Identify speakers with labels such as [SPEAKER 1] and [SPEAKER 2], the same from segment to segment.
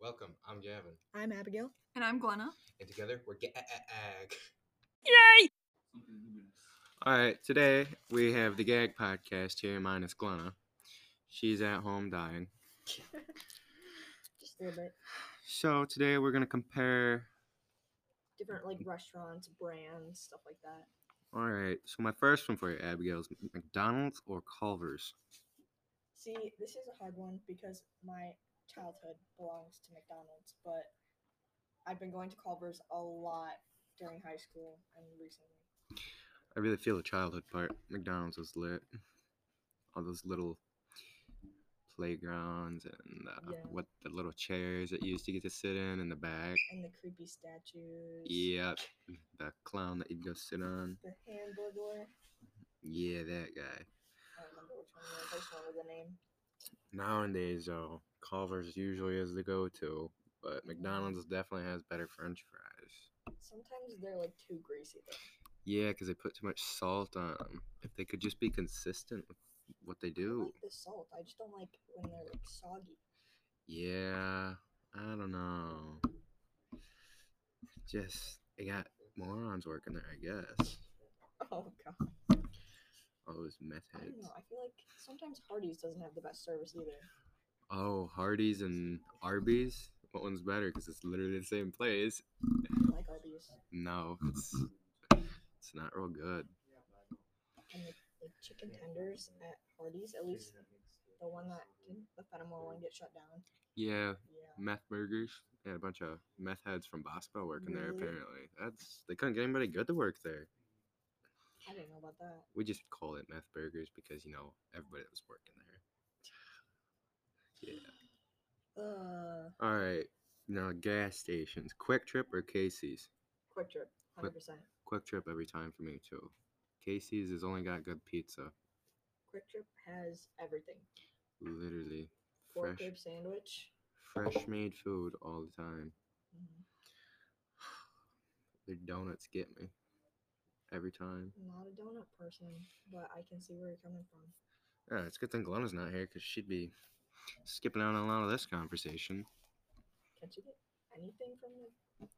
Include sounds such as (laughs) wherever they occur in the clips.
[SPEAKER 1] Welcome. I'm Gavin,
[SPEAKER 2] I'm (laughs) Abigail.
[SPEAKER 3] And I'm Glenna.
[SPEAKER 1] and together we're gag.
[SPEAKER 4] All right, today we have the Gag Podcast here, minus Glenna. She's at home dying.
[SPEAKER 2] Just a little bit
[SPEAKER 4] So today we're gonna compare.
[SPEAKER 2] different, like restaurants, brands, stuff like that.
[SPEAKER 4] All right, so my first one for you, Abigail, is McDonald's or Culver's.
[SPEAKER 2] See, this is a hard one because my childhood belongs to McDonald's, but I've been going to Culver's a lot during high school and recently.
[SPEAKER 4] I really feel the childhood part. McDonald's was lit. All those little playgrounds and uh,
[SPEAKER 2] Yeah.
[SPEAKER 4] what the little chairs that you used to get to sit in in the back.
[SPEAKER 2] And the creepy statues.
[SPEAKER 4] Yep, the clown that you'd go sit on.
[SPEAKER 2] The hamburger.
[SPEAKER 4] Yeah, that guy.
[SPEAKER 2] I don't remember which one it was. I just remember the name.
[SPEAKER 4] Nowadays, though, Culver's usually is the go-to,
[SPEAKER 2] Mm-hmm.
[SPEAKER 4] but McDonald's definitely has better French fries.
[SPEAKER 2] Sometimes they're like too greasy though.
[SPEAKER 4] Yeah, because they put too much salt on 'em. If they could just be consistent with what they
[SPEAKER 2] I
[SPEAKER 4] do,
[SPEAKER 2] like the salt. I just don't like when they're like soggy. (laughs)
[SPEAKER 4] yeah, I don't know. Just they got morons working there, I guess.
[SPEAKER 2] Oh god.
[SPEAKER 4] All those meth
[SPEAKER 2] I don't
[SPEAKER 4] heads.
[SPEAKER 2] know. I feel like sometimes Hardee's doesn't have the best service either.
[SPEAKER 4] Oh, Hardee's and Arby's. What one's better? Because it's literally the same place.
[SPEAKER 2] I like Arby's.
[SPEAKER 4] No,
[SPEAKER 2] (laughs)
[SPEAKER 4] it's it's not real good.
[SPEAKER 2] and the, the chicken tenders at Hardee's, at least the one that didn't the Fenimore one get shut down.
[SPEAKER 4] Yeah,
[SPEAKER 2] Yeah.
[SPEAKER 4] meth burgers. They had a bunch of meth heads from Boswell working there.
[SPEAKER 2] Really?
[SPEAKER 4] Apparently, that's they couldn't get anybody good to work there.
[SPEAKER 2] I didn't know about that.
[SPEAKER 4] We just call it meth burgers because you know everybody that was working there. Yeah.
[SPEAKER 2] Uh
[SPEAKER 4] All right. Now gas stations, Quick Trip or Casey's.
[SPEAKER 2] quick trip, hundred
[SPEAKER 4] Quick-
[SPEAKER 2] percent.
[SPEAKER 4] Quick Trip every time for me too. Casey's has only got good pizza,
[SPEAKER 2] Quick trip has everything.
[SPEAKER 4] literally
[SPEAKER 2] Pork
[SPEAKER 4] fresh,
[SPEAKER 2] rib sandwich.
[SPEAKER 4] fresh made food all the time.
[SPEAKER 2] Mhm.
[SPEAKER 4] Their donuts get me every time.
[SPEAKER 2] I'm not a donut person, but I can see where you're coming from.
[SPEAKER 4] Yeah, it's a good thing Glenna's not here because she'd be skipping out on a lot of this conversation.
[SPEAKER 2] Can't you get anything from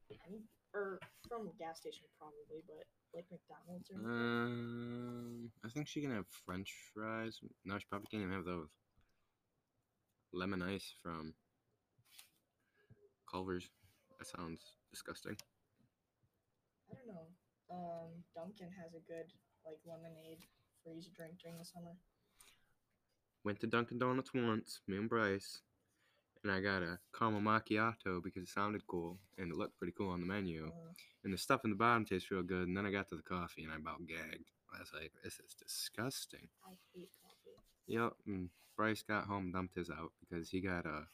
[SPEAKER 2] the any or from a gas station probably, but like McDonald's or anything?
[SPEAKER 4] Um, I think she can have French fries. No, she probably can't even have those. Lemon ice from Culver's. That sounds disgusting.
[SPEAKER 2] I don't know. Um Dunkin' has a good like lemonade for you to drink during the summer.
[SPEAKER 4] Went to Dunkin' Donuts once, me and Bryce, and I got a caramel macchiato because it sounded cool and it looked pretty cool on the menu.
[SPEAKER 2] Uh,
[SPEAKER 4] And the stuff in the bottom tastes real good. And then I got to the coffee and I about gagged. I was like, this is disgusting.
[SPEAKER 2] I hate coffee.
[SPEAKER 4] Yep, and Bryce got home and dumped his out because he got a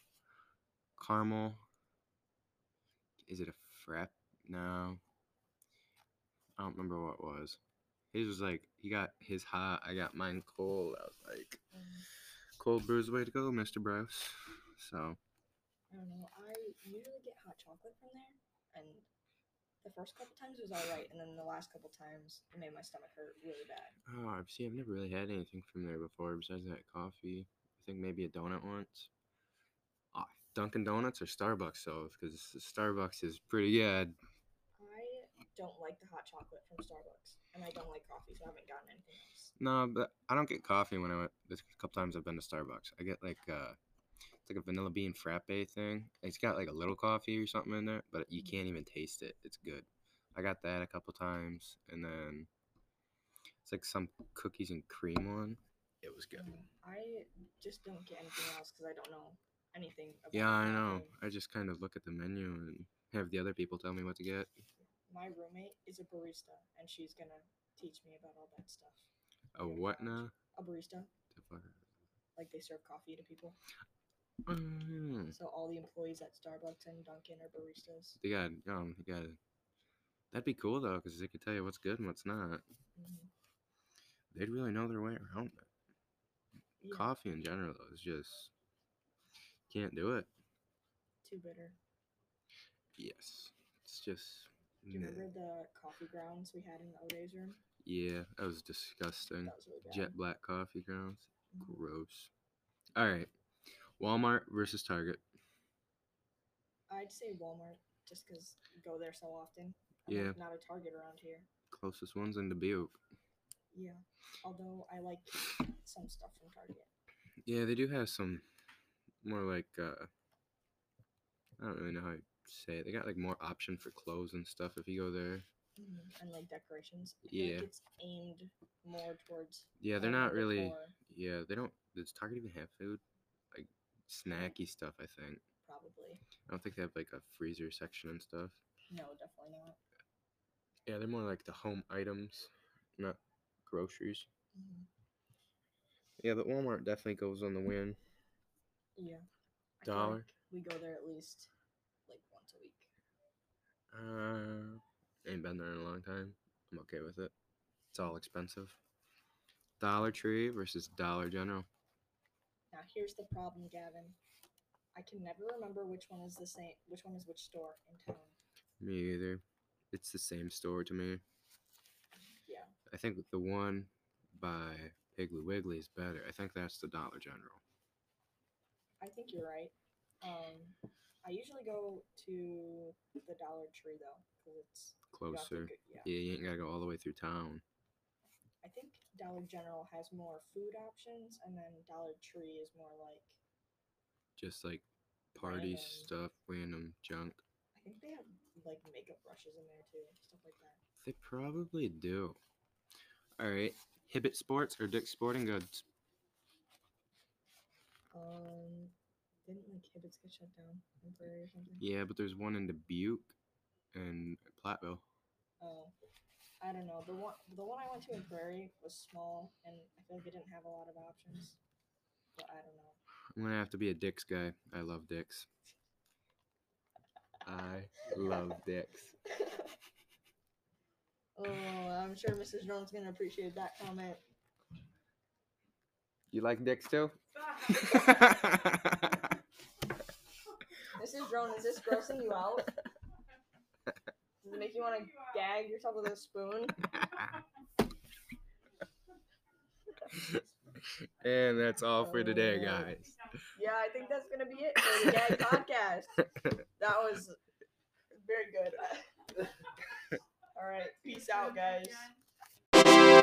[SPEAKER 4] caramel. Is it a frap? No, I don't remember what it was. His was like he got his hot, I got mine cold. I was like,
[SPEAKER 2] Um,
[SPEAKER 4] cold brew's way to go, Mister Bryce. So
[SPEAKER 2] I don't know. I usually get hot chocolate from there, and the first couple times was all right, and then the last couple times it made my stomach hurt really bad.
[SPEAKER 4] Oh, I've- see, I've never really had anything from there before besides that coffee. I think maybe a donut once. Ah, Dunkin' Donuts or Starbucks, though, because Starbucks is pretty good.
[SPEAKER 2] I don't like the hot chocolate from Starbucks, and I don't like coffee, so I haven't gotten anything else.
[SPEAKER 4] No, but I don't get coffee when I went. This couple times I've been to Starbucks, I get like uh, it's like a vanilla bean frappe thing. It's got like a little coffee or something in there, but you
[SPEAKER 2] Mhm.
[SPEAKER 4] can't even taste it. It's good. I got that a couple times, and then it's like some cookies and cream one. It was good.
[SPEAKER 2] Mm, I just don't get anything else because I don't know anything. About
[SPEAKER 4] Yeah, I
[SPEAKER 2] that
[SPEAKER 4] know.
[SPEAKER 2] thing.
[SPEAKER 4] I just kind of look at the menu and have the other people tell me what to get.
[SPEAKER 2] My roommate is a barista, and she's gonna teach me about all that stuff.
[SPEAKER 4] A what now?
[SPEAKER 2] A barista,
[SPEAKER 4] The fuck-
[SPEAKER 2] like they serve coffee to people.
[SPEAKER 4] Mm.
[SPEAKER 2] So all the employees at Starbucks and Dunkin' are baristas.
[SPEAKER 4] They got um, they got. That'd be cool though, because they could tell you what's good and what's not.
[SPEAKER 2] Mhm.
[SPEAKER 4] They'd really know their way around it.
[SPEAKER 2] Yeah,
[SPEAKER 4] Coffee in general though, is just can't do it.
[SPEAKER 2] too bitter.
[SPEAKER 4] Yes, it's just.
[SPEAKER 2] Do you
[SPEAKER 4] meh.
[SPEAKER 2] remember the coffee grounds we had in Ode's room?
[SPEAKER 4] Yeah, that was disgusting.
[SPEAKER 2] That was really bad.
[SPEAKER 4] Jet black coffee grounds.
[SPEAKER 2] Mhm.
[SPEAKER 4] Gross. All right, Walmart versus Target.
[SPEAKER 2] I'd say Walmart just because go there so often.
[SPEAKER 4] Yeah.
[SPEAKER 2] Not- Not a Target around here.
[SPEAKER 4] Closest ones in Dubuque.
[SPEAKER 2] Yeah. Although I like some stuff from Target.
[SPEAKER 4] Yeah, they do have some more like uh I don't really know how to say it. They got like more option for clothes and stuff if you go there.
[SPEAKER 2] Mm-hmm. And like decorations. I feel like
[SPEAKER 4] Yeah.
[SPEAKER 2] it's aimed more towards.
[SPEAKER 4] Yeah, they're
[SPEAKER 2] home
[SPEAKER 4] not really
[SPEAKER 2] decor,
[SPEAKER 4] yeah, they don't does Target even have food? Like snacky stuff, I think.
[SPEAKER 2] Probably.
[SPEAKER 4] I don't think they have like a freezer section and stuff.
[SPEAKER 2] No, definitely not.
[SPEAKER 4] Yeah, they're more like the home items, not groceries.
[SPEAKER 2] Mhm.
[SPEAKER 4] Yeah, but Walmart definitely goes on the win.
[SPEAKER 2] Yeah. I feel like
[SPEAKER 4] Dollar.
[SPEAKER 2] we go there at least like once a week.
[SPEAKER 4] Uh, ain't been there in a long time. I'm okay with it. It's all expensive. Dollar Tree versus Dollar General.
[SPEAKER 2] Now here's the problem, Gavin. I can never remember which one is the same, which one is which store in town.
[SPEAKER 4] Me either. It's the same store to me.
[SPEAKER 2] Yeah.
[SPEAKER 4] I think the one by Piggly Wiggly is better. I think that's the Dollar General.
[SPEAKER 2] I think you're right. Um, I usually go to the Dollar Tree though, because it's you have to
[SPEAKER 4] Closer.
[SPEAKER 2] go- yeah.
[SPEAKER 4] Yeah, you ain't gotta go all the way through town.
[SPEAKER 2] I think Dollar General has more food options, and then Dollar Tree is more like
[SPEAKER 4] Just like party
[SPEAKER 2] Random.
[SPEAKER 4] stuff, random junk.
[SPEAKER 2] I think they have like makeup brushes in there too, stuff like that.
[SPEAKER 4] They probably do. All right. Hibbit Sports or Dick's Sporting Goods?
[SPEAKER 2] Um, didn't like Hibbets get shut down in Prairie or something?
[SPEAKER 4] Yeah, but there's one in Dubuque and Platteville.
[SPEAKER 2] Oh, I don't know. The one the one I went to in Prairie was small, and I feel like it didn't have a lot of options. But I don't know.
[SPEAKER 4] I'm gonna have to be a Dick's guy. I love Dick's. I love Dick's.
[SPEAKER 2] oh, I'm sure Mrs. Jones gonna appreciate that comment.
[SPEAKER 4] You like Dick's too? (laughs)
[SPEAKER 2] Mrs. Drone, is this grossing you out? Does it make you want to gag yourself with a spoon?
[SPEAKER 4] and that's all for today, guys.
[SPEAKER 2] Yeah, I think that's gonna be it for the gag podcast. That was very good. All right, peace out, guys.